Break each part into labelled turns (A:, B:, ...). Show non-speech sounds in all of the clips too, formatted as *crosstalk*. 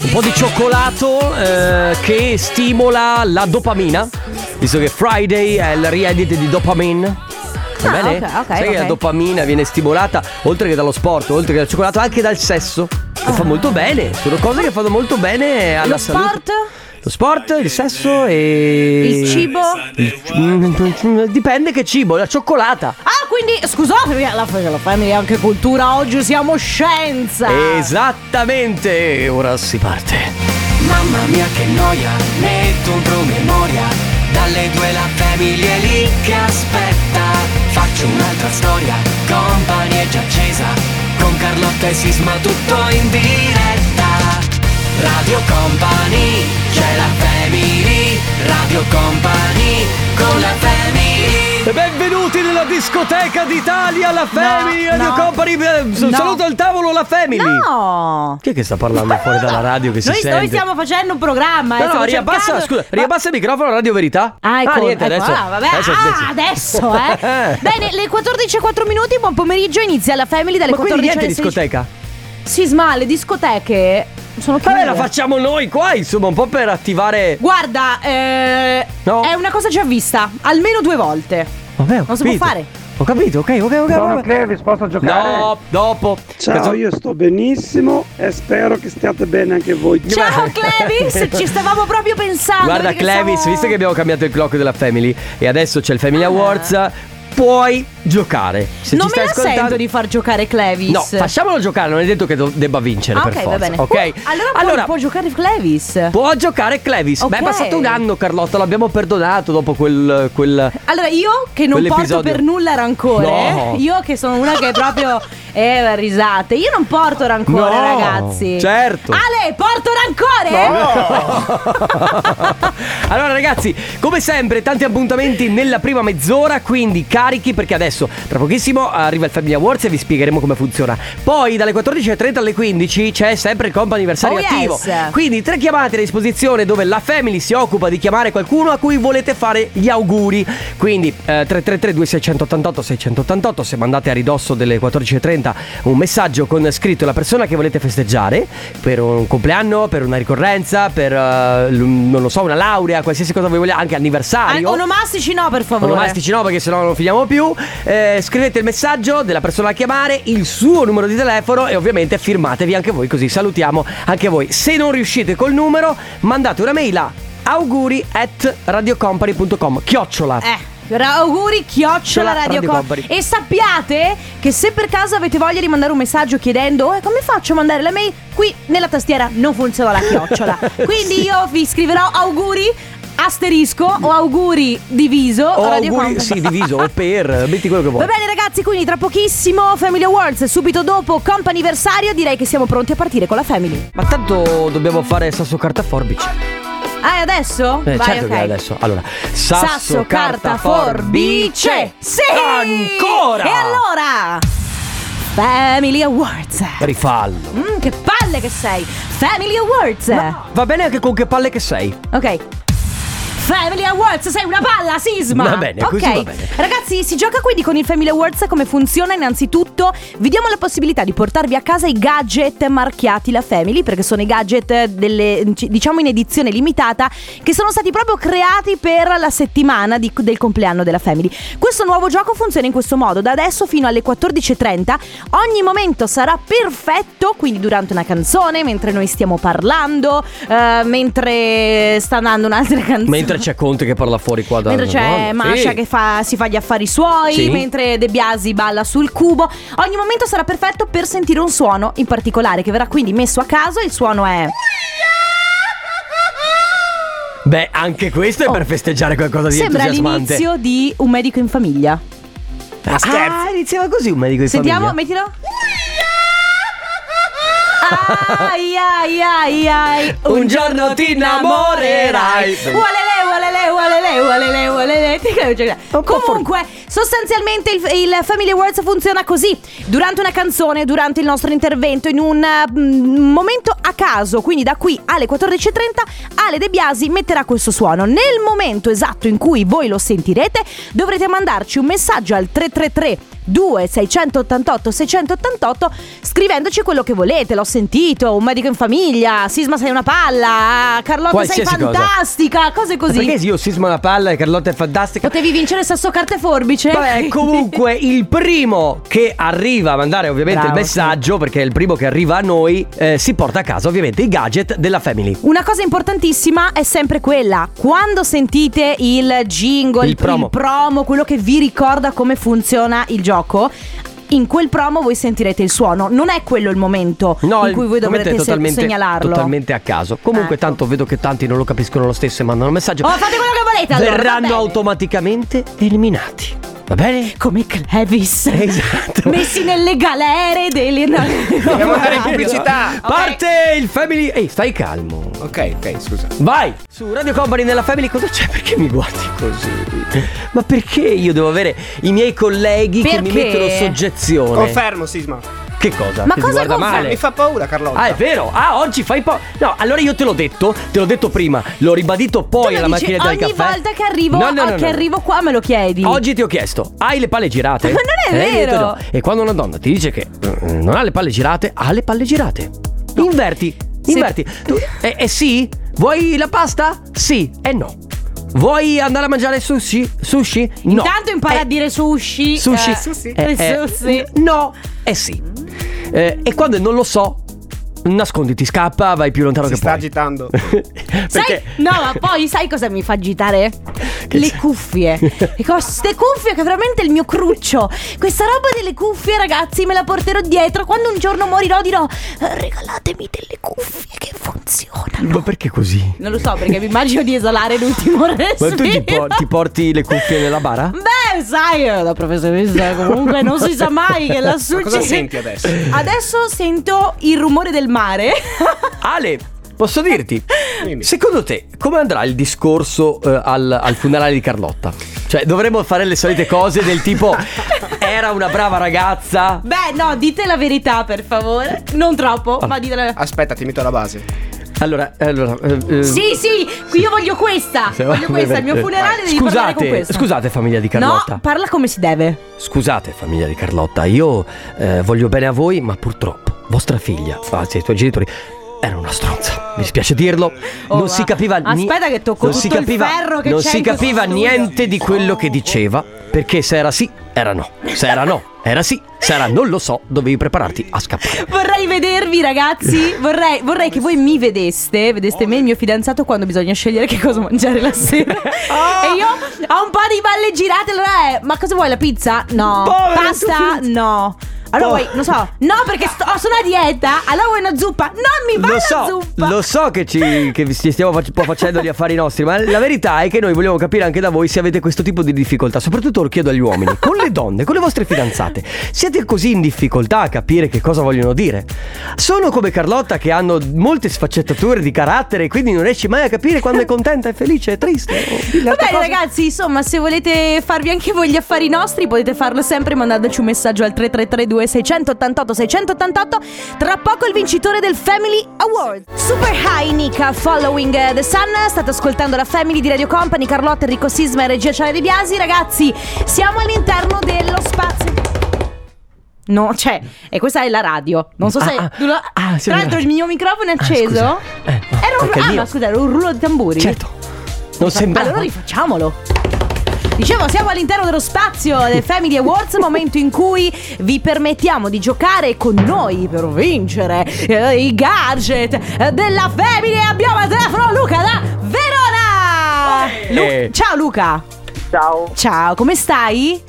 A: un po' di cioccolato eh, che stimola la dopamina, visto che Friday è il riedit di dopamine. Va
B: Ah,
A: bene?
B: ok, ok,
A: Sai che la
B: ok.
A: dopamina viene stimolata oltre che dallo sport, oltre che dal cioccolato, anche dal sesso. Lo fa molto bene, sono cose che fanno molto bene alla
B: Ah. Lo
A: salute.
B: sport?
A: Lo sport, il sesso e...
B: Il cibo?
A: Il ci- mm, *laughs* Dipende che cibo, la cioccolata.
B: Ah, quindi scusatemi, alla fine, alla fine è anche cultura, oggi siamo scienza.
A: Esattamente, ora si parte.
C: Mamma mia che noia, metto un promemoria Dalle due la famiglia è lì che aspetta Faccio un'altra storia, company è già accesa Con Carlotta e Sisma tutto in diretta Radio Company, c'è la family Radio Company, con la family
A: E benvenuti nella discoteca d'Italia, la Family Radio
B: no.
A: Company. Eh, s-
B: No.
A: Saluto al tavolo la Family.
B: No!
A: Chi è che sta parlando fuori dalla radio che si
B: noi,
A: sente?
B: noi stiamo facendo un programma. eh,
A: No, no,
B: stiamo
A: riabbassa,
B: cercando-
A: scusa,
B: Ma-
A: riabbassa il microfono Radio Verità.
B: Ah, ecco,
A: niente,
B: ecco,
A: adesso.
B: ah, vabbè,
A: adesso- *laughs*
B: ah, adesso, eh. Bene, le 14.04 minuti, buon pomeriggio, inizia la Family dalle
A: Ma quindi
B: 14
A: niente
B: alle 16.
A: discoteca.
B: Sisma, le discoteche sono chiuse.
A: Vabbè, la facciamo noi qua, insomma, un po' per attivare.
B: Guarda, eh,
A: No. Oh,
B: è una cosa già vista, almeno due volte.
A: Vabbè, ho
B: Non si
A: capito.
B: può fare.
A: Ho capito, ok, ok, ok.
D: Sono
A: vabbè.
D: Clevis, posso giocare?
A: No, dopo.
E: Ciao, io sto benissimo e spero che stiate bene anche voi.
A: *laughs*
B: Ciao Clevis, ci stavamo proprio pensando.
A: Guarda
B: perché
A: Clevis,
B: Ah, siamo- Ah.
A: visto che abbiamo cambiato il clock della Family e adesso c'è il Family Awards, puoi giocare. Se
B: Non
A: ci
B: me
A: stai
B: la
A: ascoltando...
B: sento di far giocare Clevis.
A: No, facciamolo giocare, non è detto che do- debba vincere
B: Ah,
A: per
B: ok,
A: forza.
B: va bene.
A: Ok?
B: Uh, allora, può- può, giocare Clevis.
A: può giocare Clevis. Ma è
B: Ok.
A: passato un anno, Carlotta, l'abbiamo perdonato dopo quel.
B: *laughs*
A: quel...
B: Allora, io che non porto
A: Quell'episodio-
B: per nulla rancore,
A: No.
B: io che sono una
A: *laughs*
B: che proprio. Eh, risate. Io non porto rancore,
A: No,
B: ragazzi.
A: certo.
B: Ale, porto rancore?
A: allora ragazzi, come sempre tanti appuntamenti nella prima mezz'ora, quindi carichi perché adesso tra pochissimo arriva il Family Awards e vi spiegheremo come funziona. Poi dalle 14.30 alle 15 c'è sempre il comp anniversario
B: Oh, yes.
A: attivo. Quindi tre chiamate a disposizione dove la Family si occupa di chiamare qualcuno a cui volete fare gli auguri. Quindi eh, 333 2688 688 se mandate a ridosso delle 14.30 un messaggio con scritto la persona che volete festeggiare per un compleanno, per una ricorrenza, per eh, l- non lo so, una laurea, qualsiasi cosa voi vogliate, anche
B: Eh,
A: anniversario.
B: onomastici no, per favore.
A: Onomastici no perché sennò non finiamo più Eh, Scrivete il messaggio della persona a chiamare Il suo numero di telefono E ovviamente firmatevi anche voi Così salutiamo anche voi Se non riuscite col numero Mandate una mail a auguri at radiocompany.com Chiocciola
B: Eh, ra- auguri, chiocciola
A: Chiocciola,
B: Radio
A: Radio
B: Co-
A: Company.
B: E sappiate che se per caso avete voglia di mandare un messaggio chiedendo "Eh, come faccio a mandare la mail, qui nella tastiera non funziona la
A: *laughs*
B: chiocciola. Quindi io vi scriverò auguri asterisco o auguri diviso.
A: O
B: oh,
A: auguri,
B: Radio Company.
A: sì, diviso
B: *laughs*
A: o per Metti quello che
B: Va
A: vuoi
B: bene ragazzi, quindi tra pochissimo Family Awards, subito dopo comp'anniversario, direi che siamo pronti a partire con la Family.
A: Ma tanto dobbiamo fare sasso carta forbice
B: Ah, e adesso?
A: Eh,
B: Vai,
A: certo
B: ok.
A: che adesso. Allora, sasso,
B: Sasso, carta, forbice. Sì!
A: Ancora!
B: E allora? Family Awards.
A: Rifallo.
B: Mm, che palle che sei! Family Awards.
A: Va bene anche con che palle che sei.
B: Ok. Family Awards, sei una palla, sisma!
A: Va bene,
B: Ok.
A: così va bene.
B: Ragazzi, si gioca quindi con il Family Awards. Come funziona? Innanzitutto, vi diamo la possibilità di portarvi a casa i gadget marchiati la Family, perché sono i gadget delle, diciamo in edizione limitata, che sono stati proprio creati per la settimana di- del compleanno della Family. Questo nuovo gioco funziona in questo modo: da adesso fino alle 14.30, ogni momento sarà perfetto. Quindi, durante una canzone, mentre noi stiamo parlando, eh, mentre sta andando un'altra canzone.
A: Mentre c'è Conte che parla fuori qua da
B: Mentre c'è
A: Madonna,
B: Masha
A: sì.
B: che fa- si fa gli affari suoi,
A: Sì.
B: mentre De Biasi balla sul cubo. Ogni momento sarà perfetto per sentire un suono in particolare che verrà quindi messo a caso. Il suono è.
A: Beh, anche questo è per festeggiare qualcosa di
B: Oh. Sembra
A: entusiasmante.
B: l'inizio di un medico in famiglia.
A: Ah, scherzi. iniziava così un medico di
B: Sentiamo,
A: famiglia.
B: mettilo. Ai ai ai ai.
A: Un giorno ti innamorerai.
B: Uolele, uolele, uolele, uolele, uolele. Ti credo, cioè,
A: Un po'
B: Comunque, sostanzialmente il, il Family Awards funziona così. Durante una canzone, durante il nostro intervento, in un eh, mm, momento a caso, quindi da qui alle 14.30, Ale De Biasi metterà questo suono. Nel momento esatto in cui voi lo sentirete, dovrete mandarci un messaggio al 333 2 688 688 scrivendoci quello che volete, l'ho sentito, un medico in famiglia, Sisma sei una palla, Carlotta
A: Qualsiasi
B: sei
A: cosa.
B: fantastica, cose così.
A: Perché io sisma la palla e Carlotta è fantastica.
B: Potevi vincere sasso carta e forbice? *laughs*
A: Vabbè, comunque il primo che arriva a mandare ovviamente
B: Bravo,
A: il messaggio, perché è il primo che arriva a noi, eh, si porta a casa ovviamente i gadget della Family.
B: Una cosa importantissima è sempre quella, quando sentite il jingle,
A: Il promo.
B: promo, quello che vi ricorda come funziona il gioco, in quel promo voi sentirete il suono, non è quello il momento in
A: il
B: cui voi
A: commento è
B: dovrete se-
A: totalmente-
B: segnalarlo.
A: Totalmente a caso. Comunque,
B: Ecco.
A: tanto vedo che tanti non lo capiscono lo stesso e mandano messaggio.
B: Oh, fate quello che volete allora, va
A: Verranno
B: bene.
A: automaticamente eliminati. Va bene?
B: Come Clevis.
A: *laughs* Esatto.
B: Messi nelle galere
A: *laughs*
B: delle...
D: Dobbiamo andare
B: *laughs*
D: in pubblicità.
B: Ok.
A: Parte il family. Ehi, stai calmo.
D: Ok, ok, scusa.
A: Vai! Su Radio Company nella Family cosa c'è? Perché mi guardi così? Ma perché io devo avere i miei colleghi che mi
B: Perché?
A: mettono soggezione?
D: Confermo, Sisma.
A: che cosa?
B: Ma
A: Che
B: cosa
A: guarda
B: confermi?
A: male?
D: Mi fa paura, Carlotta.
A: Ah, è vero. Ah, oggi fai po'. No, allora io te l'ho detto, te l'ho detto prima, l'ho ribadito
B: Tu
A: poi
B: lo
A: alla
B: dici
A: macchinetta
B: Cioè, ogni
A: del caffè.
B: volta che, arrivo,
A: No, no, no,
B: che
A: no.
B: arrivo qua me lo chiedi.
A: Oggi ti ho chiesto, hai le palle girate?
B: Mm. Ma non è
A: E io ho detto
B: vero.
A: no. E quando una donna ti dice che mm, non ha le palle girate, ha le palle girate. Inverti,
B: Sì.
A: inverti. Tu- eh, eh, sì? Vuoi la pasta? Sì e no. Vuoi andare a mangiare sushi? Sushi? No.
B: Intanto impara
A: Eh,
B: a dire sushi.
A: Sushi?
B: Eh,
A: Eh, eh,
B: sushi.
A: n- no e sì. Eh, e quando non lo so, nasconditi, scappa, vai più lontano
D: Si
A: che
D: sta
A: puoi. *laughs*
D: agitando.
A: Perché?
B: Sai, no, ma poi sai cosa mi fa agitare?
A: Che
B: le
A: c'è? *laughs*
B: cuffie. E queste cuffie che veramente è il mio cruccio. Questa roba delle cuffie, ragazzi, me la porterò dietro. Quando un giorno morirò dirò regalatemi delle cuffie che funzionano.
A: Ma perché così?
B: Non lo so perché mi immagino di esalare l'ultimo
A: Ma
B: respiro.
A: tu ti, por- ti porti le cuffie nella bara?
B: Beh, sai, eh, da professionista comunque non si sa mai
A: *laughs*
B: che lassù
D: Ma cosa
B: ci-
D: senti adesso?
B: Adesso sento il rumore del mare. *laughs*
A: Ale, posso dirti?
D: Dimmi.
A: Secondo te, come andrà il discorso eh, al, al funerale di Carlotta? Cioè, dovremmo fare le solite cose del tipo era una brava ragazza.
B: Beh, no, dite la verità, per favore. Non troppo,
A: Ah.
B: ma dite la verità.
D: Aspetta, ti metto alla base.
A: Allora, allora eh, eh,
B: Sì, sì, qui io voglio questa.
A: se-
B: voglio questa, al mio funerale devi parlare con
A: Scusate,
B: questa.
A: scusate famiglia di Carlotta.
B: No, parla come si deve.
A: Scusate famiglia di Carlotta, io eh, voglio bene a voi, ma purtroppo vostra figlia, anzi i tuoi genitori era una stronza. Mi spiace dirlo,
B: Oh,
A: non
B: ma-
A: si capiva ni-
B: aspetta che tocco
A: non si
B: tutto il
A: capiva,
B: ferro che
A: non
B: c'è
A: si
B: in questo
A: capiva
B: studio.
A: niente di quello che diceva, perché se era sì, era no. Se era no, era sì. Se era non lo so, dovevi prepararti a scappare.
B: Vorrei vedervi, ragazzi. Vorrei, vorrei che voi mi vedeste, vedeste me e il mio fidanzato quando bisogna scegliere che cosa mangiare la sera.
A: Ah.
B: e io ho un po' di balle girate, allora è, ma cosa vuoi la pizza? No.
A: Povero
B: Pasta? No. Allora vuoi, non so, no perché sto, sono a dieta, allora vuoi una zuppa? Non mi va
A: Lo
B: la
A: so,
B: zuppa.
A: lo so che ci che vi ci stiamo fac- po- facendo gli affari nostri, ma la verità è che noi vogliamo capire anche da voi se avete questo tipo di difficoltà. Soprattutto lo chiedo agli
B: *laughs*
A: uomini, con le donne, con le vostre fidanzate. Siete così in difficoltà a capire che cosa vogliono dire? Sono come Carlotta che hanno molte sfaccettature di carattere, quindi non riesci mai a capire quando è contenta, è felice, è triste. o dille
B: Va
A: altre
B: bene
A: cose.
B: ragazzi, insomma, se volete farvi anche voi gli affari nostri, potete farlo sempre mandandoci un messaggio al 3332 688 688. Tra poco il vincitore del Family Award. Super High Nika Following eh, the Sun, state ascoltando la Family di Radio Company, Carlotta, Enrico Sisma e Regia Ciale De Biasi. Ragazzi, siamo all'interno dello spazio No, cioè, e questa è la radio. Non so se.
A: Ah, ah,
B: tu la-
A: ah, sì,
B: Tra
A: la
B: l'altro,
A: radio.
B: il mio microfono è
A: Ah,
B: acceso.
A: scusa. Eh, no,
B: era un,
A: perché è
B: ah,
A: mio.
B: ma scusa, era un rullo di tamburi.
A: Certo. Non sembra
B: Allora rifacciamolo. Dicevo, siamo all'interno dello spazio del Family Awards, momento in cui vi permettiamo di giocare con noi per vincere eh, i gadget eh, della Family. Abbiamo al telefono Luca da Verona!
A: Eh.
B: Lu- Ciao Luca!
F: Ciao,
B: Ciao, come stai?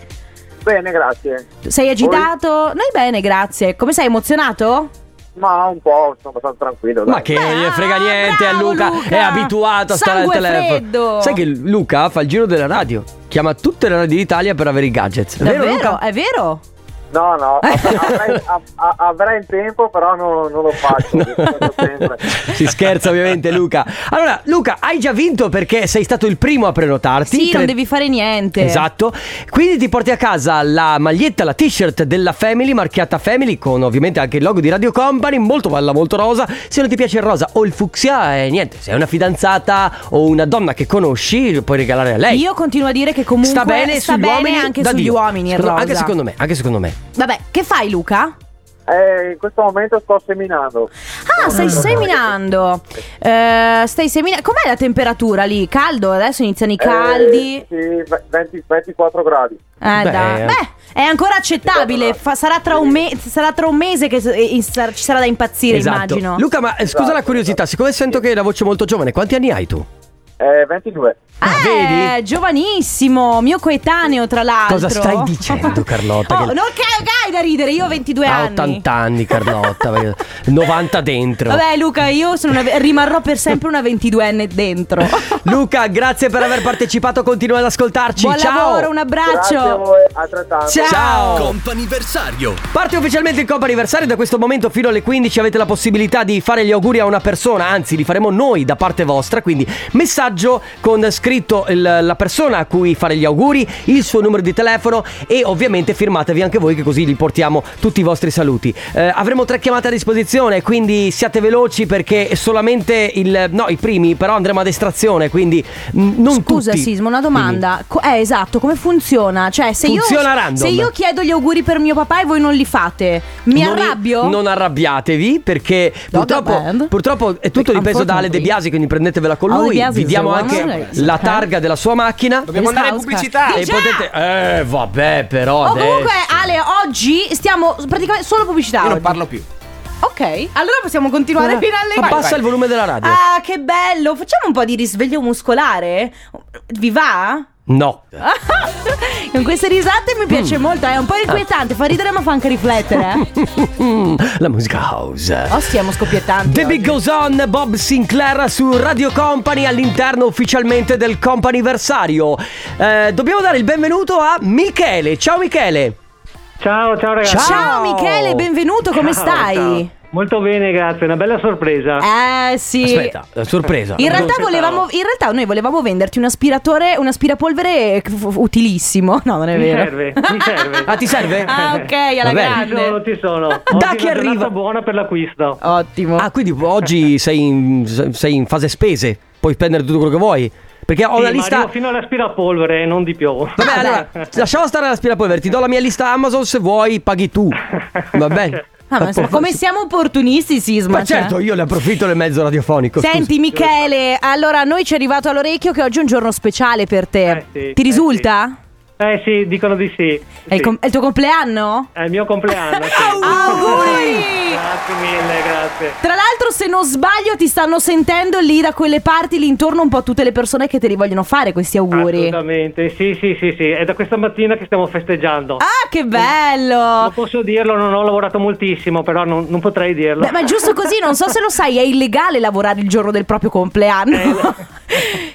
F: bene, grazie.
B: Sei agitato? Noi bene, grazie. Come sei emozionato?
F: Ma un po', sono abbastanza tranquillo. dai.
A: Ma che non gli
B: Beh,
A: frega
B: ah,
A: niente a
B: bravo,
A: Luca,
B: Luca.
A: è abituato a stare al
B: Sangue
A: telefono.
B: freddo.
A: Sai che Luca fa il giro della radio, chiama tutte le radio d'Italia per avere i gadgets. È
B: Davvero? Eh.
A: Vero Luca?
B: È vero?
F: No,
A: *laughs*
F: no, av- avrei, av- a- avrei tempo, però no- non lo
A: *laughs*
G: Ah,
F: faccio.
A: No.
F: lo faccio sempre.
A: si scherza ovviamente Luca. Allora Luca, hai già vinto perché sei stato il primo a prenotarti.
B: Sì, non
A: Tre-
B: devi fare niente.
A: Esatto. Quindi ti porti a casa la maglietta, la t-shirt della Family, marchiata Family, con ovviamente anche il logo di Radio Company, molto bella, molto rosa. Se non ti piace il rosa o il fucsia, eh, niente, sei una fidanzata o una donna che conosci, lo puoi regalare a lei.
B: Io continuo a dire che comunque
A: sta bene, sugli
B: bene
A: uomini,
B: anche
A: da
B: sugli
A: Dio.
B: uomini il
A: Secondo-
B: rosa.
A: Anche secondo me, anche secondo me.
B: Vabbè, che fai Luca?
F: Eh, in questo momento sto seminando.
B: Ah, stai seminando. Eh, stai seminando. Com'è la temperatura lì? Caldo? Adesso iniziano i caldi.
F: Eh, sì, ve- 20 24 gradi.
B: Eh,
A: Beh.
B: dai. Beh, è ancora accettabile. Fa- sarà, tra un me- sarà tra un mese che s- e- e sar- ci sarà da impazzire,
A: esatto.
B: immagino.
A: Luca, ma eh, scusa
F: Esatto,
A: la curiosità,
F: esatto.
A: siccome sento che hai la voce molto giovane, quanti anni hai tu?
F: Eh, 22.
A: Ah,
B: eh,
A: vedi?
B: giovanissimo, mio coetaneo tra l'altro.
A: Cosa stai dicendo, Carlotta?
B: Oh,
A: Che-
B: non che che hai da ridere, io ho 22
A: Ha
B: anni.
A: 80 Ah, anni,
B: *laughs*
A: Carlotta, perché- 90 dentro.
B: Vabbè, Luca, io sono una- rimarrò per sempre una 22enne dentro.
A: *laughs* Luca, grazie per aver partecipato, continua ad ascoltarci.
B: Buon
A: Ciao.
B: lavoro, un
F: Grazie a
B: abbraccio.
F: voi, altrettanto.
A: Ciao.
H: Comp'anniversario
A: Parte ufficialmente il comp anniversario da questo momento fino alle 15 avete la possibilità di fare gli auguri a una persona, anzi li faremo noi da parte vostra, quindi messaggio con scritto il- la persona a cui fare gli auguri, il suo numero di telefono e ovviamente firmatevi anche voi che così li portiamo tutti i vostri saluti. Eh, avremo tre chiamate a disposizione, quindi siate veloci perché solamente il no, i primi però andremo ad estrazione, quindi mh, non
B: Scusa,
A: tutti.
B: Sismo, una
A: Dimmi.
B: domanda. Co- eh, esatto, come funziona? Cioè, se
A: Funziona
B: io
A: random.
B: se io chiedo gli auguri per mio papà e voi non li fate, mi
A: Non-
B: arrabbio?
A: Non arrabbiatevi perché
B: No,
A: purtroppo,
B: vabbè.
A: purtroppo è tutto
B: Perché
A: dipeso da Ale De
B: unfortunately-
A: Biasi, quindi prendetevela con
B: Ale De
A: lui.
B: Biasi
A: Vi
B: is
A: diamo
B: the
A: anche
B: one who is-
A: la
B: ok.
A: targa della sua macchina.
D: Dobbiamo
B: Questa
D: andare in
B: Oscar.
D: pubblicità.
A: E
B: Già!
A: potete... Eh, vabbè, però...
B: Oh, comunque,
A: adesso.
B: Ale, oggi stiamo praticamente solo pubblicità.
D: Io non
B: oggi.
D: parlo più.
B: Ok, allora possiamo continuare fino alle
A: Abbassa
B: vai.
A: il volume della radio.
B: Ah, che bello! Facciamo un po' di risveglio muscolare? Vi va?
A: No.
B: Con queste risate mi piace
A: Mm.
B: molto, è un po' inquietante, fa ridere ma fa anche riflettere.
A: *laughs*
B: eh.
A: la musica house.
B: Oh, stiamo scoppiettando.
A: The Big Goes On, Bob Sinclair su Radio Company all'interno ufficialmente del comp'anniversario. Eh, dobbiamo dare il benvenuto a Michele. Ciao Michele.
I: Ciao, ciao ragazzi.
B: Ciao. Michele, benvenuto, come
I: Ciao,
B: stai?
I: ciao. Molto bene, grazie, una bella sorpresa.
B: Eh sì.
A: Aspetta, eh, sorpresa.
B: In realtà,
I: aspettavo.
B: volevamo, in realtà noi volevamo venderti un aspiratore, un aspirapolvere f- utilissimo. *laughs* No, non è
I: Mi
B: vero.
I: serve,
B: *laughs*
I: mi serve.
A: Ah, ti serve?
B: Ah, ok,
A: Va
B: alla
A: bene.
I: Ci sono,
B: grande.
I: ci sono. Oggi
A: Da
I: è
A: chi
I: una
A: arriva?
I: giornata buona per l'acquisto.
B: Ottimo.
A: Ah, quindi oggi sei in, sei in fase spese, puoi spendere tutto quello che vuoi. Perché ho
I: Sì,
A: una
I: ma
A: lista.
I: arrivo fino all'aspirapolvere, non di più.
A: Vabbè,
I: *laughs*
A: allora, lasciamo stare l'aspirapolvere, ti do la mia lista Amazon se vuoi, paghi tu. Va
B: *laughs*
A: bene?
B: Ah, ma insomma, come siamo opportunisti, Sisma?
A: Ma
B: cioè.
A: certo, io ne approfitto nel mezzo radiofonico. scusa.
B: Senti Michele, allora a noi ci è arrivato all'orecchio che oggi è un giorno speciale per te.
I: Eh sì,
B: Ti
I: eh
B: risulta?
I: Eh sì, dicono di sì.
B: È, il
I: Sì.
B: com- è il tuo compleanno?
I: È il mio compleanno. sì.
B: *laughs* Auguri!
I: Grazie mille, grazie.
B: Tra l'altro, se non sbaglio, ti stanno sentendo lì da quelle parti, lì intorno un po' tutte le persone che te li vogliono fare questi auguri.
I: Assolutamente, sì, sì, sì, sì. È da questa mattina che stiamo festeggiando.
B: Ah, oh. che
I: Non
B: bello!
I: posso dirlo, non ho lavorato moltissimo, però non, non potrei dirlo. *laughs*
B: Beh, ma giusto così, non so se lo sai, è illegale lavorare il giorno del proprio
I: Eh,
B: compleanno. *laughs*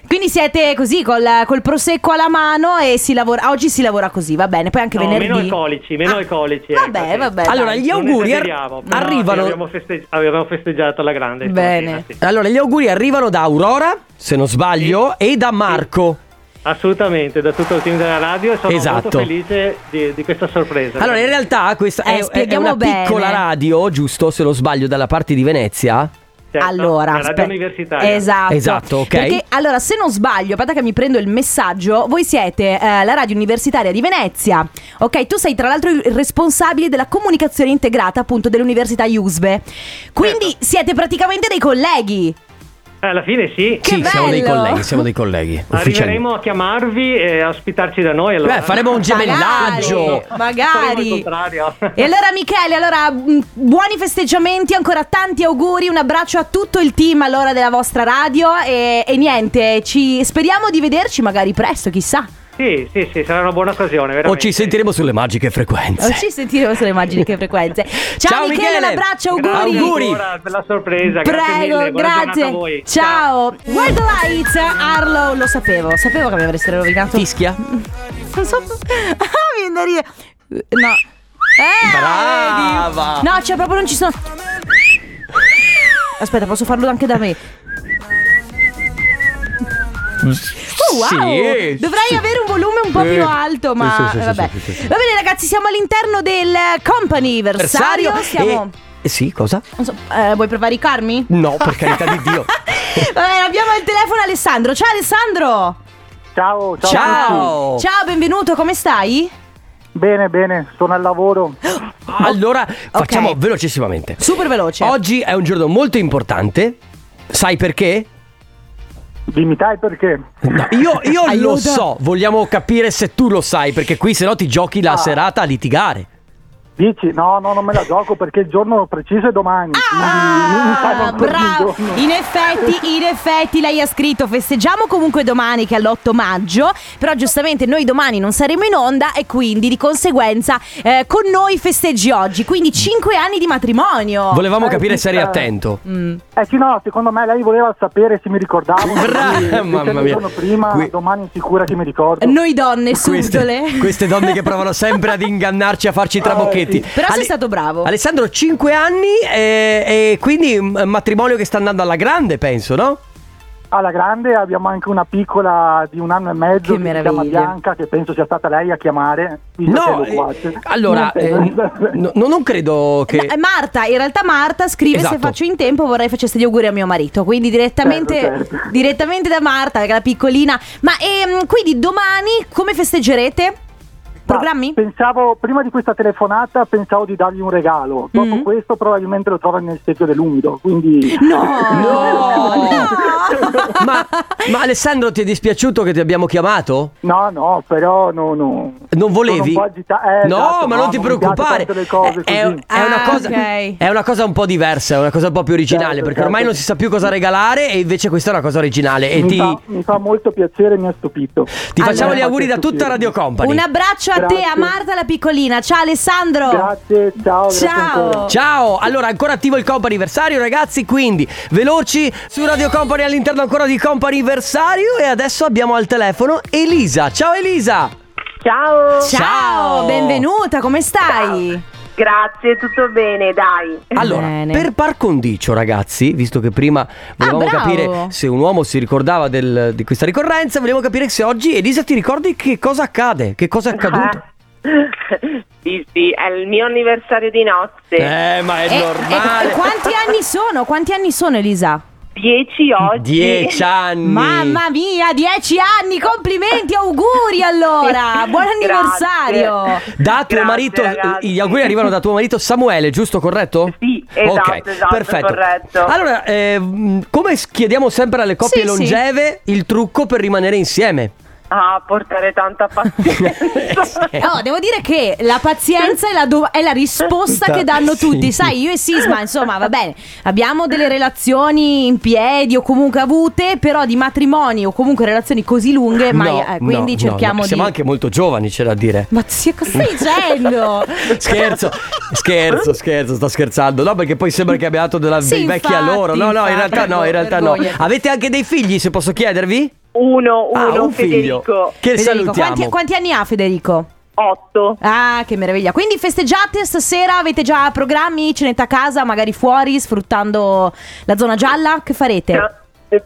B: Quindi siete così col, col prosecco alla mano e si lavora. Oggi si lavora così, va bene. Poi anche
I: No,
B: venerdì.
I: meno alcolici, meno alcolici, ecco,
B: Vabbè,
I: sì.
B: vabbè.
A: allora,
B: dai.
A: gli
I: Non
A: auguri ar-
I: esageriamo, però
A: arrivano.
I: Abbiamo, feste- abbiamo festeggiato alla grande.
B: Bene.
I: stamattina, sì.
A: Allora, gli auguri arrivano da Aurora, se non sbaglio, e da Marco.
I: Assolutamente, da tutto il team della radio e sono
A: Esatto.
I: molto felice di, di questa sorpresa.
A: Allora, in realtà questa
B: Eh,
A: è- è,
B: spieghiamo
A: una
B: bene.
A: piccola radio, giusto, se non sbaglio, dalla parte di Venezia.
I: Certo,
B: allora,
I: la radio
B: aspe-
I: universitaria.
B: Esatto.
A: Esatto, ok.
B: Perché allora, se non sbaglio, aspetta che mi prendo il messaggio, voi siete eh, la radio universitaria di Venezia. Ok, tu sei tra l'altro il responsabile della comunicazione integrata appunto dell'Università Iusve. Quindi
I: Certo.
B: siete praticamente dei colleghi.
I: Eh, Alla fine sì.
B: Che
A: sì, siamo dei
B: bello!
A: colleghi, siamo dei
B: *laughs*
A: colleghi. ufficiali.
I: Arriveremo a chiamarvi e a ospitarci da noi. Allora.
A: Beh, faremo un gemellaggio.
I: Faremo il
B: Magari. magari.
A: *laughs*
I: contrario.
B: E allora Michele, allora mh, buoni festeggiamenti, ancora tanti auguri, un abbraccio a tutto il team allora della vostra radio e, e niente, ci, speriamo di vederci magari presto, chissà.
I: Sì, sì, sì, sarà una buona occasione.
A: O
I: Veramente.
A: ci sentiremo sulle magiche frequenze.
B: Oh, ci sentiremo sulle immagini che frequenze. Ciao,
A: Ciao,
B: Michele,
A: Michele.
B: un abbraccio,
I: Grazie
B: auguri.
A: Auguri.
I: ancora per la sorpresa. grazie
B: Prego,
I: mille, buona giornata a
B: grazie.
I: voi.
B: Ciao. World Lights, Arlo, lo sapevo. Sapevo che mi avreste rovinato. *laughs*
A: Fischia.
B: Non so. Ah, mi viene da ridere. No. Eh,
A: Brava.
B: vedi? No, cioè proprio non ci sono. Aspetta, posso farlo anche da me. Oh, wow!
A: Sì,
B: Dovrei
A: sì.
B: avere un volume un po'
A: Sì.
B: più alto,
A: Sì, sì,
B: ma eh,
A: sì, sì,
B: vabbè.
A: sì, sì, sì.
B: Va bene, ragazzi, siamo all'interno del company versario. Siamo.
A: E... eh, Sì, cosa?
B: non so, eh,
A: *laughs*
B: vuoi prevaricarmi?
A: No, per carità di Dio.
B: Va bene, abbiamo il telefono Alessandro. Ciao Alessandro!
F: Ciao, ciao.
A: Ciao.
B: *laughs* Ciao, benvenuto, come stai?
F: Bene, bene, sono al lavoro.
A: Allora, facciamo velocissimamente.
B: Super veloce.
A: Oggi è un giorno molto importante. Sai perché?
F: Limitai perché?
A: No, io io lo
B: Aiuto.
A: so, vogliamo capire se tu lo sai, perché qui se no ti giochi la serata a litigare.
F: Dici? No, no, non me la gioco perché il giorno preciso è domani.
B: Ah,
F: Quindi, mi- mi- mi-
B: bravo! In effetti, in effetti lei ha scritto festeggiamo comunque domani che è l'8 maggio, però giustamente noi domani non saremo in onda e quindi di conseguenza eh, con noi festeggi oggi, quindi 5 anni di matrimonio.
A: Volevamo
F: eh,
A: capire
F: sì,
A: se eri
F: eh.
A: attento.
B: Mm.
F: Eh sì, no, secondo me lei voleva sapere se mi ricordavo.
A: *laughs* Bra-
F: quindi, se
A: mamma
F: c'è il
A: mia. Eh,
F: giorno prima,
A: Que-
F: domani sicura che mi ricordo.
B: Noi donne
A: Queste,
B: subdole.
A: queste donne che provano sempre
B: *laughs*
A: ad ingannarci, a farci i trabocchetti.
B: Però sei stato bravo.
A: Alessandro, 5 anni e, e quindi un matrimonio che sta andando alla grande, penso, no?
F: Alla grande abbiamo anche una piccola di un anno e mezzo
B: Che
F: che, si chiama
B: meraviglia.
F: Bianca, che penso sia stata lei a chiamare. visto
A: no,
F: che lo faccio.
A: eh, allora, eh, *laughs* no- no- non credo che...
B: No, eh, Marta, in realtà Marta scrive
A: Esatto.
B: se faccio in tempo vorrei faceste gli auguri a mio marito, quindi direttamente,
F: Certo, certo.
B: direttamente da Marta, che è la piccolina. Ma ehm, quindi domani come festeggerete?
F: Ma
B: Programmi?
F: Pensavo, prima di questa telefonata, pensavo di dargli un regalo. Dopo
A: Mm-hmm.
B: Mm.
F: questo probabilmente lo trova nel secchio dell'umido, quindi...
B: No,
F: *laughs*
A: No!
B: no.
A: ma, ma Alessandro, ti è dispiaciuto che ti abbiamo chiamato?
F: No, no, però no, no.
A: Non volevi?
F: Sono un po' agita- eh,
A: no,
F: esatto,
A: ma non ti
F: mi piace
A: preoccupare. Eh,
F: tanto le cose
A: È, è-
F: così.
A: è una
B: Ah,
A: cosa,
B: ok.
A: è una cosa un po' diversa, è una cosa un po' più originale,
F: Certo,
A: perché
F: certo.
A: ormai non si sa più cosa regalare e invece questa è una cosa originale. E
F: mi,
A: ti,
F: fa, mi fa molto piacere, mi ha stupito.
A: ti facciamo
F: Allora,
A: gli auguri da
F: faccio
A: tutta Radio Company.
B: Un abbraccio a te,
F: Grazie.
B: a Marta la piccolina. Ciao Alessandro.
F: Grazie, ciao. grazie
B: Ciao.
F: ancora.
A: Ciao, allora ancora attivo il comp anniversario ragazzi, quindi veloci su Radio Company all'interno ancora di comp anniversario e adesso abbiamo al telefono Elisa. Ciao Elisa!
J: Ciao,
A: Ciao.
B: benvenuta, come stai?
J: grazie, tutto bene, dai. *laughs*
A: Allora,
B: Bene. Ah,
A: per par condicio, ragazzi, visto che prima volevamo
B: bravo.
A: capire se un uomo si ricordava del- di questa ricorrenza, volevamo capire se oggi Elisa ti ricordi che cosa accade, che cosa è accaduto.
J: sì, sì, è il mio anniversario di notte.
A: Eh, ma è
B: E-
A: normale.
B: e- e eh, quanti anni sono? Quanti anni sono Elisa?
J: 10 oggi.
A: Dieci anni.
B: Mamma mia, dieci anni, complimenti,
A: *laughs*
B: auguri allora, buon
J: Grazie.
B: anniversario.
A: Da tuo
J: Grazie,
A: marito, eh,
J: ragazzi.
A: gli auguri arrivano da tuo marito Samuele, giusto, corretto?
J: Sì, esatto,
A: Ok,
J: esatto,
A: perfetto.
J: corretto.
A: Allora, eh, come chiediamo sempre alle coppie
B: Sì, sì.
A: longeve il trucco per rimanere insieme?
J: Ah, portare tanta
A: *laughs*
J: pazienza.
A: Eh.
B: Oh, devo dire che la pazienza è la, do- è la risposta che danno
A: Sì.
B: tutti, sai, io e Sisma, insomma, va bene, abbiamo delle relazioni in piedi o comunque avute, però di matrimoni o comunque relazioni così lunghe, mai,
A: No,
B: eh, quindi
A: no, no,
B: cerchiamo
A: no.
B: di...
A: Siamo anche molto giovani, c'è da dire.
B: Ma zia, cosa stai
A: *laughs*
B: dicendo? *laughs*
A: Scherzo, scherzo, scherzo, sto scherzando. No, perché poi sembra che abbia dato della
B: Sì,
A: dei vecchi a
B: infatti,
A: loro. No, no, in
B: infatti,
A: realtà no, in realtà no.
B: vergogna.
A: Avete anche dei figli, se posso chiedervi?
J: Uno, uno,
A: ah, un
J: Federico.
A: figlio. Che
B: Federico,
A: salutiamo.
B: quanti, quanti anni ha Federico?
J: 8.
B: Ah, che meraviglia. Quindi festeggiate stasera, avete già programmi, cenetta a casa, magari fuori, sfruttando la zona gialla? Che farete?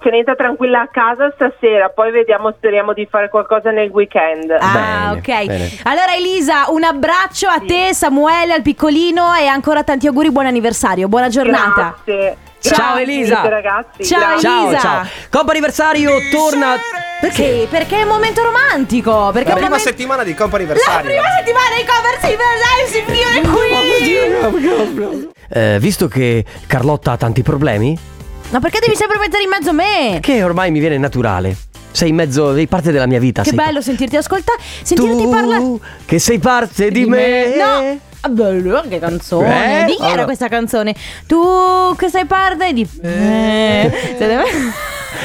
J: Cenetta tranquilla a casa stasera, poi vediamo, speriamo di fare qualcosa nel weekend.
B: Ah,
A: Bene,
B: ok.
A: bene.
B: Allora Elisa, un abbraccio a te, Samuele, al piccolino e ancora tanti auguri, buon anniversario, buona giornata.
J: Grazie.
A: Ciao,
J: Grazie
A: Elisa.
J: mille, ragazzi.
B: Ciao,
J: Grazie.
A: Ciao,
B: Elisa.
A: ciao. Compa anniversario torna.
B: Perché? Perché è un momento romantico, perché
D: La
B: è un
D: prima
B: momento-
D: settimana di comp
B: La
D: anniversario.
B: prima settimana di Coversi si finisce qui.
A: Eh, visto che Carlotta ha tanti problemi,
B: Ma perché devi sempre mettere in mezzo me?
A: che ormai mi viene naturale. Sei in mezzo, sei parte della mia vita.
B: Che
A: sei-
B: bello sentirti ascoltare, sentirti
A: Tu
B: parlare.
A: che sei parte di, me.
B: No. Ah, Bello, che canzone.
A: Eh?
B: Di chi
A: Allora.
B: era questa canzone? Tu che sei parte di.
A: *laughs*
B: Eh.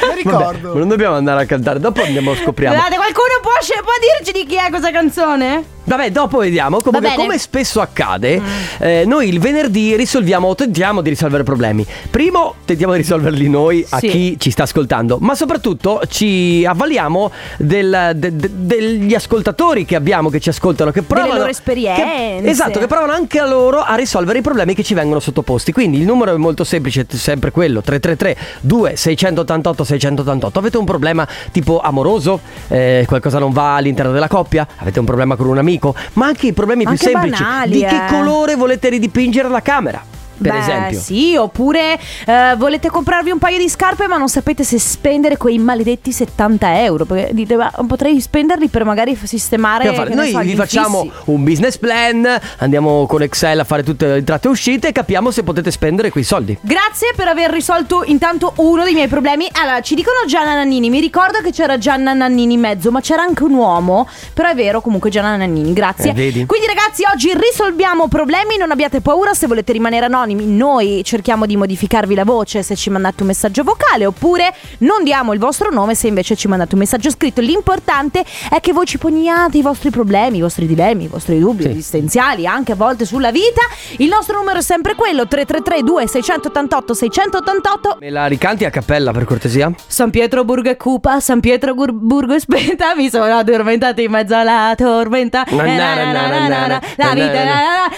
D: Non
A: Vabbè,
D: ricordo.
A: ma non dobbiamo andare a cantare, dopo andiamo a scopriamo.
B: Guardate, qualcuno può, sce- può dirci di chi è questa canzone?
A: Vabbè, dopo vediamo. Comunque,
B: bene. Mm.
A: come spesso accade, eh, noi il venerdì risolviamo, tentiamo di risolvere problemi. Primo, tentiamo di risolverli noi a
B: Sì.
A: chi ci sta ascoltando, ma soprattutto ci avvaliamo del- de- de- degli ascoltatori che abbiamo, che ci ascoltano, che provano.
B: loro
A: che-
B: esperienze.
A: esatto, che provano anche a loro a risolvere i problemi che ci vengono sottoposti. Quindi il numero è molto semplice, è sempre quello: 333-2688-688. Avete un problema tipo amoroso? Eh, qualcosa non va all'interno della coppia? Avete un problema con un amico? Ma anche i problemi
B: Anche
A: più semplici:
B: banali,
A: di che
B: eh.
A: colore volete ridipingere la camera? Per
B: Beh,
A: esempio.
B: Sì, oppure eh, volete comprarvi un paio di scarpe ma non sapete se spendere quei maledetti 70 euro. Perché dite, ma potrei spenderli per magari f- sistemare...
A: Dobbiamo fare-
B: che ne
A: Noi
B: so, gli
A: vi facciamo
B: infissi.
A: un business plan, andiamo con Excel a fare tutte le entrate e uscite e capiamo se potete spendere quei soldi.
B: Grazie per aver risolto intanto uno dei miei problemi. Allora, ci dicono Gianna Nannini. Mi ricordo che c'era Gianna Nannini in mezzo, ma c'era anche un uomo. Però è vero, comunque Gianna Nannini, grazie.
A: Eh, vedi?
B: Quindi, ragazzi, oggi risolviamo problemi. Non abbiate paura se volete rimanere anonimi. Noi cerchiamo di modificarvi la voce se ci mandate un messaggio vocale, oppure non diamo il vostro nome se invece ci mandate un messaggio scritto. L'importante è che voi ci poniate i vostri problemi, i vostri dilemmi, i vostri dubbi esistenziali, anche a volte sulla vita. Il nostro numero è sempre quello: 333 2688 688
A: Me la ricanti a cappella per cortesia?
B: San Pietroburgo è cupa, San Pietroburgo è spenta, mi sono addormentata in mezzo alla tormenta.
A: Na,
B: Eh,
A: na,
B: na,
A: na,
B: na,
A: na,
B: na,
A: na,
B: na,
A: na,
B: La vita,
A: na, na.
B: na,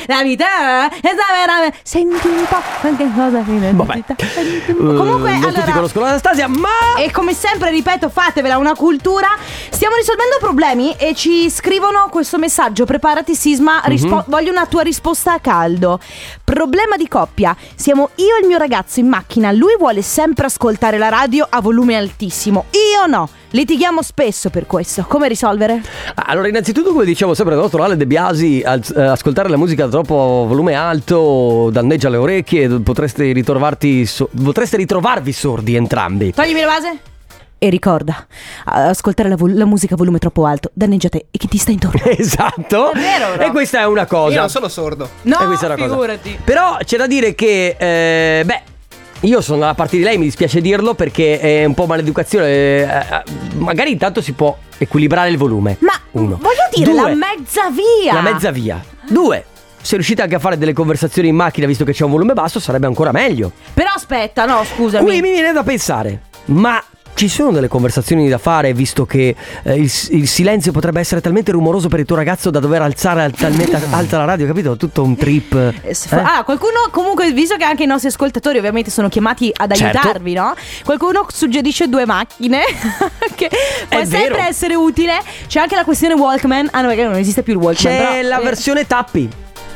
B: na, la vita, è vera- Senti un po' qualche cosa che mi
A: Vabbè.
B: Senti un po'.
A: Eh,
B: Comunque,
A: non tutti
B: allora,
A: conoscono Anastasia, ma
B: e come sempre ripeto, fatevela una cultura. Stiamo risolvendo problemi e ci scrivono questo messaggio: preparati, Sisma. rispo- voglio una tua risposta a caldo. Problema di coppia: siamo io e il mio ragazzo in macchina. Lui vuole sempre ascoltare la radio a volume altissimo. Io no. Litighiamo spesso per questo. Come risolvere?
A: Allora, innanzitutto, come dicevo sempre il nostro Ale De Biasi, al- eh, ascoltare la musica a troppo volume alto danneggia le orecchie, potreste ritrovarti so- potreste ritrovarvi sordi entrambi. *laughs*
B: Toglimi la base. E ricorda, a- ascoltare la, vol- la musica a volume troppo alto danneggia te e chi ti sta intorno.
A: Esatto.
B: È vero, però.
A: e questa è una cosa.
D: Io non sono sordo.
B: No,
A: E questa è una cosa.
B: figurati.
A: Però c'è da dire che, eh, beh. Io sono dalla parte di lei, mi dispiace dirlo perché è un po' maleducazione. eh, eh, magari intanto si può equilibrare il volume.
B: Ma
A: Uno.
B: voglio dire la
A: Due.
B: mezza via.
A: La mezza via. Due. Se riuscite anche a fare delle conversazioni in macchina, visto che c'è un volume basso, sarebbe ancora meglio.
B: Però aspetta, no, scusami.
A: Qui mi viene da pensare, ma ci sono delle conversazioni da fare, visto che eh, il, il silenzio potrebbe essere talmente rumoroso per il tuo ragazzo da dover alzare al- talmente alta la radio, capito? Tutto un trip.
B: Eh, se
A: eh?
B: fa- Ah, qualcuno comunque, visto che anche i nostri ascoltatori ovviamente sono chiamati ad
A: Certo.
B: aiutarvi, no? Qualcuno suggerisce due macchine, *laughs* che può
A: È
B: sempre
A: vero.
B: essere utile. C'è anche la questione Walkman. Ah no, perché non esiste più il Walkman.
A: C'è
B: però-
A: la
B: eh,
A: versione tappi.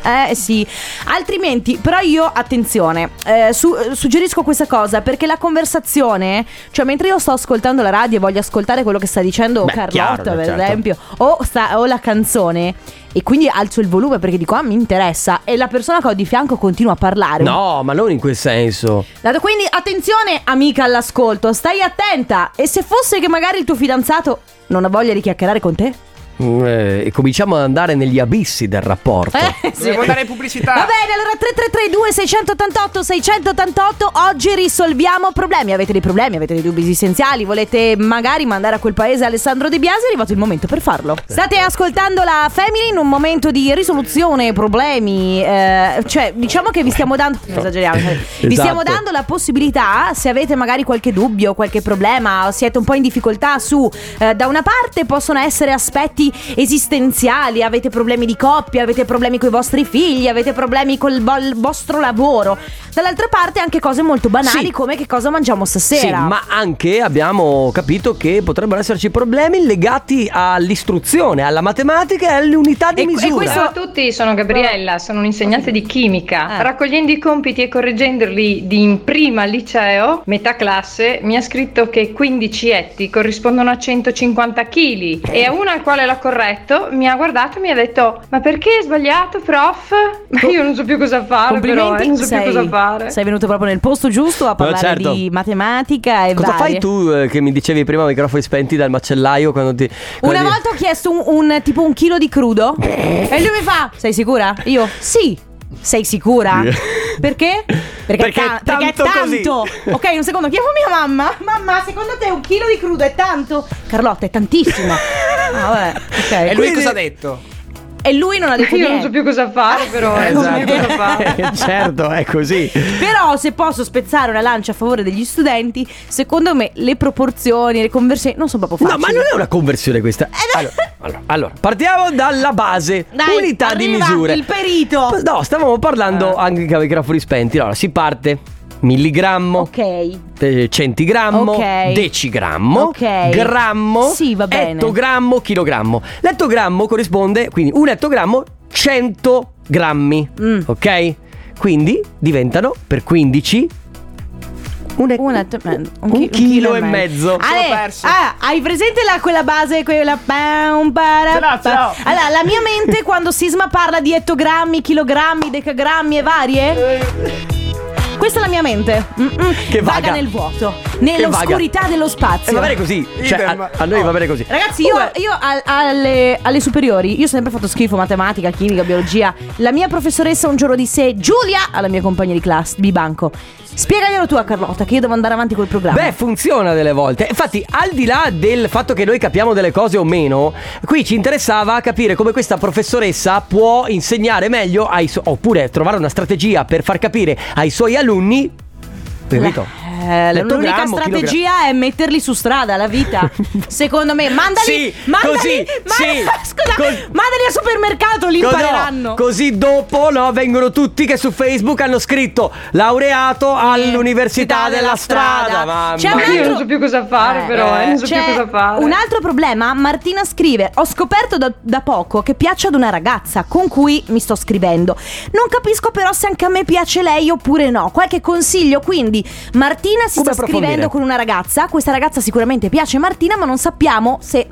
B: Eh sì, altrimenti, però io, attenzione, eh, su- eh, suggerisco questa cosa perché la conversazione, cioè mentre io sto ascoltando la radio e voglio ascoltare quello che sta dicendo
A: Beh,
B: Carlotta
A: chiaro,
B: per
A: certo.
B: esempio, o, sta- o la canzone e quindi alzo il volume perché dico ah mi interessa e la persona che ho di fianco continua a parlare.
A: No, ma non in quel senso.
B: Dato- Quindi attenzione amica all'ascolto, stai attenta e se fosse che magari il tuo fidanzato non ha voglia di chiacchierare con te?
A: Mm, eh, e cominciamo ad andare negli abissi del rapporto.
B: Eh, *laughs* sì.
D: Dobbiamo andare in pubblicità.
B: Va bene, allora 3332 688 688 oggi risolviamo problemi. Avete dei problemi, avete dei dubbi esistenziali, volete magari mandare a quel paese Alessandro De Biasi, è arrivato il momento per farlo. State ascoltando la Family in un momento di risoluzione problemi, eh, cioè diciamo che vi stiamo dando non esageriamo, eh. vi stiamo
A: Esatto.
B: dando la possibilità se avete magari qualche dubbio, qualche problema, o siete un po' in difficoltà su eh, da una parte possono essere aspetti esistenziali, avete problemi di coppia, avete problemi con i vostri figli, avete problemi col vo- vostro lavoro. Dall'altra parte anche cose molto banali
A: Sì.
B: come che cosa mangiamo stasera.
A: Sì, ma anche abbiamo capito che potrebbero esserci problemi legati all'istruzione, alla matematica e all'unità di
B: E- e
A: misura.
B: questo-
K: Ciao a tutti, sono Gabriella, sono un'insegnante di chimica.
F: Ah.
B: Eh.
K: Raccogliendo i compiti e correggendoli di in prima liceo, metà classe, mi ha scritto che 15 etti corrispondono a 150 kg e a una al quale l'ha corretto mi ha guardato e mi ha detto "Ma perché hai sbagliato, prof?" *laughs* Ma io non so più cosa fare, però, eh, non so
B: sei,
K: più cosa fare.
B: sei venuto proprio nel posto giusto a parlare
A: certo.
B: di matematica e
A: Cosa
B: varie.
A: fai tu eh, che mi dicevi prima microfoni spenti dal macellaio quando ti... quando
B: Una
A: ti-
B: volta ho chiesto un, un- tipo un chilo di crudo e lui mi fa: Sei sicura? Io sì. Sei sicura?
A: Yeah.
B: Perché?
A: Perché
B: ta-
A: è tanto
B: perché è tanto. Ok, un secondo, chiamo mia mamma. Mamma, secondo te un chilo di crudo è tanto? Carlotta, è tantissimo. Ah, vabbè, ok.
D: E lui
A: Quindi-
D: cosa ha detto?
B: E lui non ha detto
K: Io non
B: niente.
K: so più cosa fare però.
B: *laughs*
K: eh, non so
A: Esatto.
B: Esatto,
K: più cosa
A: *laughs*
K: fare.
A: certo, è così.
B: Però se posso spezzare una lancia a favore degli studenti, secondo me le proporzioni, le conversioni non sono proprio
A: No, ma
B: facili.
A: non è una conversione questa.
B: Eh,
A: Allora, allora,
B: *laughs*
A: allora, partiamo dalla base.
B: Dai,
A: unità di
B: arriva
A: misure.
B: il perito. Ah.
A: No, stavamo parlando anche con i microfoni spenti. Allora, si parte milligrammo.
B: Ok.
A: eh, Centigrammo,
B: Ok.
A: decigrammo,
B: Ok.
A: grammo,
B: Sì, va bene.
A: ettogrammo, chilogrammo. L'ettogrammo corrisponde, quindi un ettogrammo, 100 grammi,
B: Mm.
A: ok? Quindi diventano per 15 un, e-
B: Un, atto- eh, un chi-
A: un chilo e mezzo.
B: Ale,
D: Sono perso.
B: ah, hai presente la- quella base, quella pam, para,
D: Ce l'ho, ce l'ho.
B: pa- Allora, la mia
A: *laughs*
B: mente quando Sisma parla di ettogrammi, chilogrammi, decagrammi e varie questa è la mia mente. Mm-mm.
A: Che vaga.
B: nel vuoto,
A: Che
B: nell'oscurità
A: vaga. Eh,
B: dello spazio.
A: E va bene così. Cioè,
D: Idem.
A: a, a noi va bene così.
B: Ragazzi, io, io al- alle, alle superiori, io ho sempre fatto schifo matematica, chimica, biologia. La mia professoressa un giorno disse, Giulia, alla mia compagna di classe, Bibanco, spiegaglielo tu a Carlotta che io devo andare avanti col programma.
A: Beh, funziona delle volte. Infatti, al di là del fatto che noi capiamo delle cose o meno, qui ci interessava capire come questa professoressa può insegnare meglio ai su- oppure trovare una strategia per far capire ai suoi alunni. Capito?
B: Eh, l'unica
A: Lettogrammo,
B: strategia è metterli su strada
A: *laughs*
B: la vita. Secondo me, mandali,
A: Sì,
B: mandali,
A: così,
B: ma-
A: sì.
B: *laughs* scusa,
A: Cos-
B: mandali al supermercato, li
A: Co- no,
B: impareranno.
A: così dopo no, vengono tutti che su Facebook hanno scritto laureato
B: Eh,
A: all'università della strada. Mamma
B: C'è
A: mia.
B: un
K: Io
B: altro-
K: non so più cosa fare però, eh, non so
B: C'è
K: più cosa fare.
B: Un altro problema, Martina scrive: Ho scoperto da, da poco che piaccio ad una ragazza con cui mi sto scrivendo. Non capisco però se anche a me piace lei oppure no. Qualche consiglio quindi. Martina si
A: Come
B: sta
A: approfondire?
B: scrivendo con una ragazza. Questa ragazza sicuramente piace a Martina, ma non sappiamo se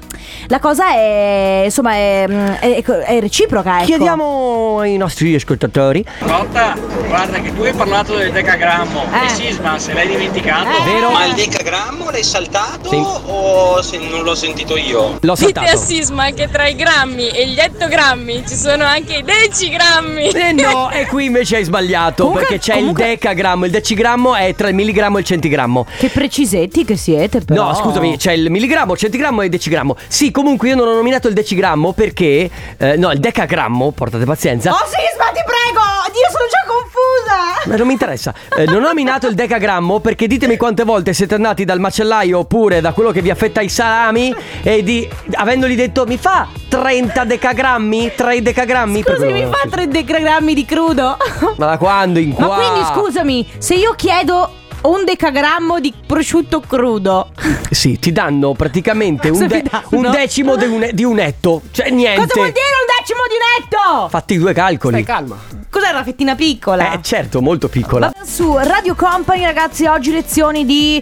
B: la cosa è. insomma, è, è- è reciproca. Ecco.
A: Chiediamo ai nostri ascoltatori.
F: Rotta, guarda che tu hai parlato del decagrammo.
B: Eh.
F: E Sisma, se l'hai dimenticato.
B: Eh. Vero? Ma il
F: decagrammo l'hai saltato
A: Sì.
F: o non l'ho sentito io?
A: L'ho saltato.
J: Sisma che tra i grammi e gli ettogrammi ci sono anche i decigrammi.
A: Eh
J: *laughs*
A: no, e qui invece hai sbagliato
B: Comunque-
A: perché c'è
B: comunque-
A: il decagrammo, il decigrammo è tra il milligrammo e il centigrammo.
B: Che precisetti che siete, però.
A: No, scusami, c'è il milligrammo, il centigrammo e il decigrammo. Sì, comunque io non ho nominato il decigrammo perché eh, no, il decagrammo, portate pazienza.
B: Oh Sisma, ti prego! Io sono già confusa!
A: Ma non mi interessa. Eh, non ho nominato il decagrammo perché ditemi quante volte siete andati dal macellaio oppure da quello che vi affetta i salami e di avendogli detto "Mi fa 30 decagrammi? 3 decagrammi?"
B: Scusi,
A: Proprio-
B: mi fa 3 decagrammi di crudo? *laughs*
A: Ma da quando in qua?
B: Ma quindi scusami, se io chiedo un decagrammo di prosciutto crudo,
A: Sì, ti danno praticamente
B: Cosa
A: un,
B: mi
A: de-
B: danno?
A: un decimo di un, di un etto. Cioè, niente.
B: cosa vuol dire un decimo di netto?
A: Fatti due calcoli.
D: Stai calma.
B: Cos'è una fettina piccola?
A: Eh, certo, molto piccola.
B: Vabbè, Su Radio Company, ragazzi, oggi lezioni di.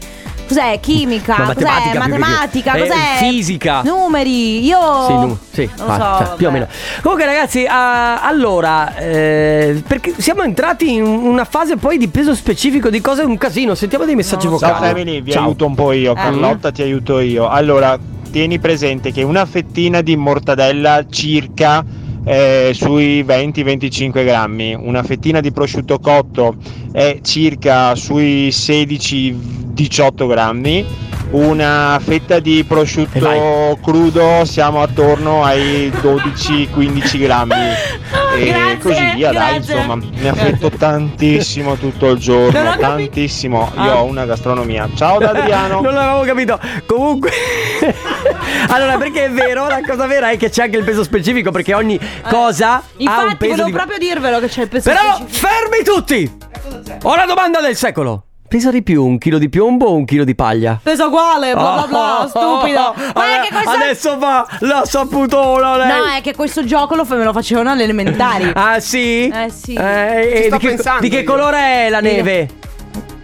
B: Cos'è? Chimica?
A: Ma
B: Cos'è?
A: matematica più che-
B: Matematica?
A: eh,
B: cos'è?
A: fisica.
B: Numeri? Io.
A: Sì, nu- sì,
B: Oh. non
A: va,
B: so,
A: cioè, più o
B: vabbè.
A: meno. Comunque, ragazzi, ah, allora, eh, perché siamo entrati in una fase poi di peso specifico di cose, è un casino. Sentiamo dei messaggi
G: Ciao
A: vocali.
G: Family, vi aiuto un po'
B: Eh.
G: io, Carlotta ti aiuto io. Allora, tieni presente che una fettina di mortadella circa eh, sui 20-25 grammi, una fettina di prosciutto cotto è circa sui 16-18 grammi, una fetta di
A: E vai.
G: prosciutto crudo siamo attorno ai
B: *laughs*
G: 12-15 grammi. E
B: Oh, Grazie,
G: così via, dai,
B: grazie.
G: insomma, ne affetto tantissimo tutto il giorno
A: Non ho capito.
G: tantissimo. Io
A: Ah.
G: ho una gastronomia. Ciao da
A: *laughs*
G: Adriano.
A: Non l'avevo capito. Comunque. *laughs* allora, perché è vero, la cosa vera è che c'è anche il peso specifico, perché ogni cosa ha un
B: Eh. Infatti,
A: peso
B: volevo
A: di...
B: proprio dirvelo che c'è il peso
A: Però
B: specifico.
A: fermi tutti! Ho la domanda del secolo. Pesa di più un chilo di piombo o un chilo di paglia?
B: Peso uguale, bla bla bla,
A: Oh,
B: stupido.
A: *laughs* oh,
B: Ma
A: oh,
B: è che questo
A: Adesso va la saputona lei.
B: No, è che questo gioco lo fa- me lo facevano alle elementari.
A: *laughs* Ah sì?
B: Eh, sì.
A: e
D: sto
A: di, che,
D: pensando
A: di che
D: io.
A: colore è la neve?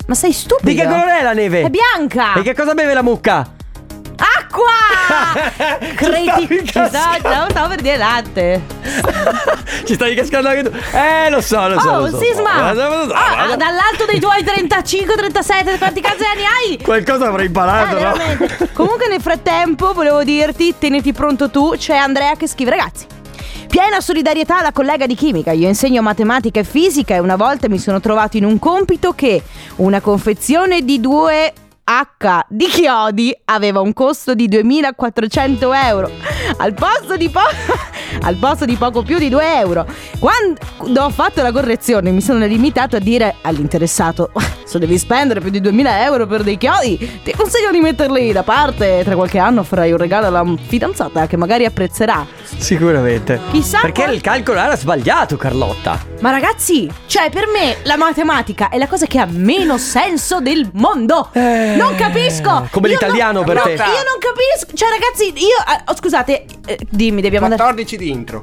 B: Ma sei stupido.
A: Di che colore è la neve?
B: È bianca.
A: E che cosa beve la
B: *laughs*
A: mucca? *laughs*
B: Acqua!
A: Ci stavi
B: Creti. *laughs* Ci sta-
A: cascando.
B: stavo, stavo per
A: *laughs*
B: dire latte.
A: Ci stai cascando *laughs* anche tu. Eh, lo so, lo so.
B: oh,
A: lo so.
B: Sisma.
A: Lo so, lo so.
B: Ah, ah, dall'alto dei tuoi 35, 37, quanti cazzo di anni hai?
A: Qualcosa avrei
B: Eh,
A: imparato, no?
B: veramente. Comunque nel frattempo volevo dirti, teniti pronto tu, c'è Andrea che scrive ragazzi. Piena solidarietà alla collega di chimica, io insegno matematica e fisica e una volta mi sono trovato in un compito che una confezione di due H di Chiodi aveva un costo di 2400 euro al posto di, po- *laughs* al posto di poco più di 2 euro. Quando ho fatto la correzione mi sono limitato a dire all'interessato se devi spendere più di 2000 euro per dei chiodi ti consiglio di metterli da parte e tra qualche anno farai un regalo alla fidanzata che magari apprezzerà.
A: *laughs* Sicuramente.
B: Chissà
A: Perché
B: qual-
A: il calcolo era sbagliato, Carlotta.
B: Ma ragazzi, cioè per me la matematica è la cosa che ha meno senso del mondo. non capisco.
A: Eh, come
B: Io
A: l'italiano
B: non-
A: per
B: no,
A: te.
B: Io non capisco. Cioè ragazzi, io ah, oh, scusate, eh, dimmi, dobbiamo andare
D: 14 di intro.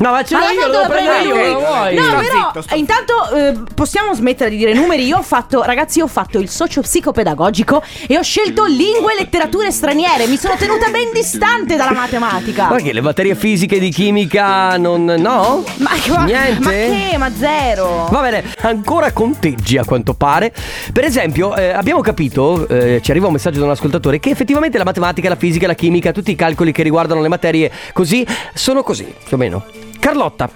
A: No, ma ce l'ho
B: Ma
A: Cioè, io,
B: tanto
A: lo devo prendere io, non
B: lui.
A: lo vuoi?
B: No,
D: Sto
B: però
D: zitto, sto
B: intanto eh, possiamo smettere di dire numeri. Io ho fatto, ragazzi, io ho fatto il socio psicopedagogico e ho scelto lingue e letterature straniere. Mi sono tenuta ben distante dalla matematica.
A: Ma che le batterie fisiche di chimica non... no?
B: Ma che
A: Niente?
B: Ma che? Ma zero.
A: Va bene, ancora conteggi a quanto pare. Per esempio, eh, abbiamo capito, eh, ci arriva un messaggio da un ascoltatore, che effettivamente la matematica, la fisica, la chimica, tutti i calcoli che riguardano le materie così, sono così, più o meno. Carlotta,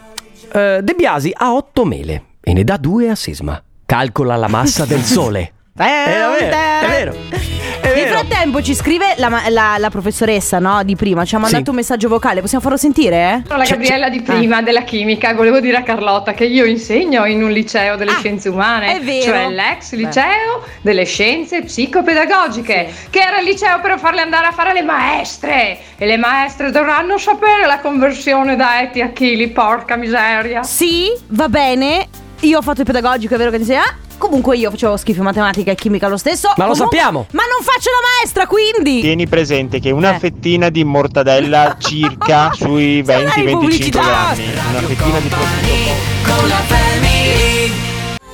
A: eh, De Biasi ha otto mele e ne dà due a Sisma. Calcola la massa del
B: *laughs*
A: sole.
B: Eh,
A: È vero, è vero. È
B: Nel
A: vero.
B: frattempo ci scrive la, ma- la- la professoressa no, di prima, ci ha mandato
A: Sì.
B: un messaggio vocale, possiamo farlo sentire? Cioè,
K: Sono la
A: C'è-
K: Gabriella di prima della chimica, volevo dire a Carlotta che io insegno in un liceo delle
B: Ah,
K: scienze umane,
B: è vero.
K: cioè l'ex liceo delle scienze psicopedagogiche, che era il liceo per farle andare a fare le maestre e le maestre dovranno sapere la conversione da eti a chili, porca miseria.
B: Sì, va bene, io ho fatto il pedagogico, è vero che dice, ah, comunque io facevo schifo in matematica e chimica lo stesso.
A: Ma lo
B: comunque-
A: sappiamo.
B: Ma non faccio la maestra quindi!
G: Tieni presente che una
B: Eh.
G: fettina
K: *laughs*
G: di mortadella circa
B: *laughs*
G: sui
B: Sarà di
G: 20-25
B: pubblicità.
G: grammi. Una fettina di prosciutto.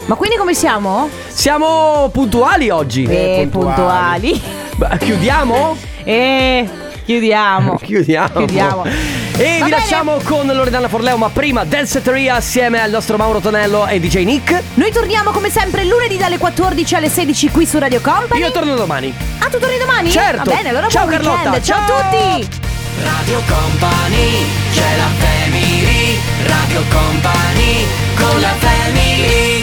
B: Ma quindi come siamo?
A: Siamo puntuali oggi.
B: Eh, puntuali. *laughs*
A: Ma Chiudiamo?
B: Eh, chiudiamo.
A: Chiudiamo.
B: Chiudiamo.
A: E
B: Va
A: vi
B: bene.
A: lasciamo con Loredana Forleo, ma prima Danceteria assieme al nostro Mauro Tonello e DJ Nick.
B: Noi torniamo come sempre lunedì dalle 14 alle 16 qui su Radio Company.
A: Io torno domani.
B: Ah, tu torni domani?
A: Certo.
B: Va bene, allora
A: Ciao,
B: buon weekend.
A: Carlotta.
B: Ciao a tutti.
C: Radio Company, c'è la family, Radio Company, con la family.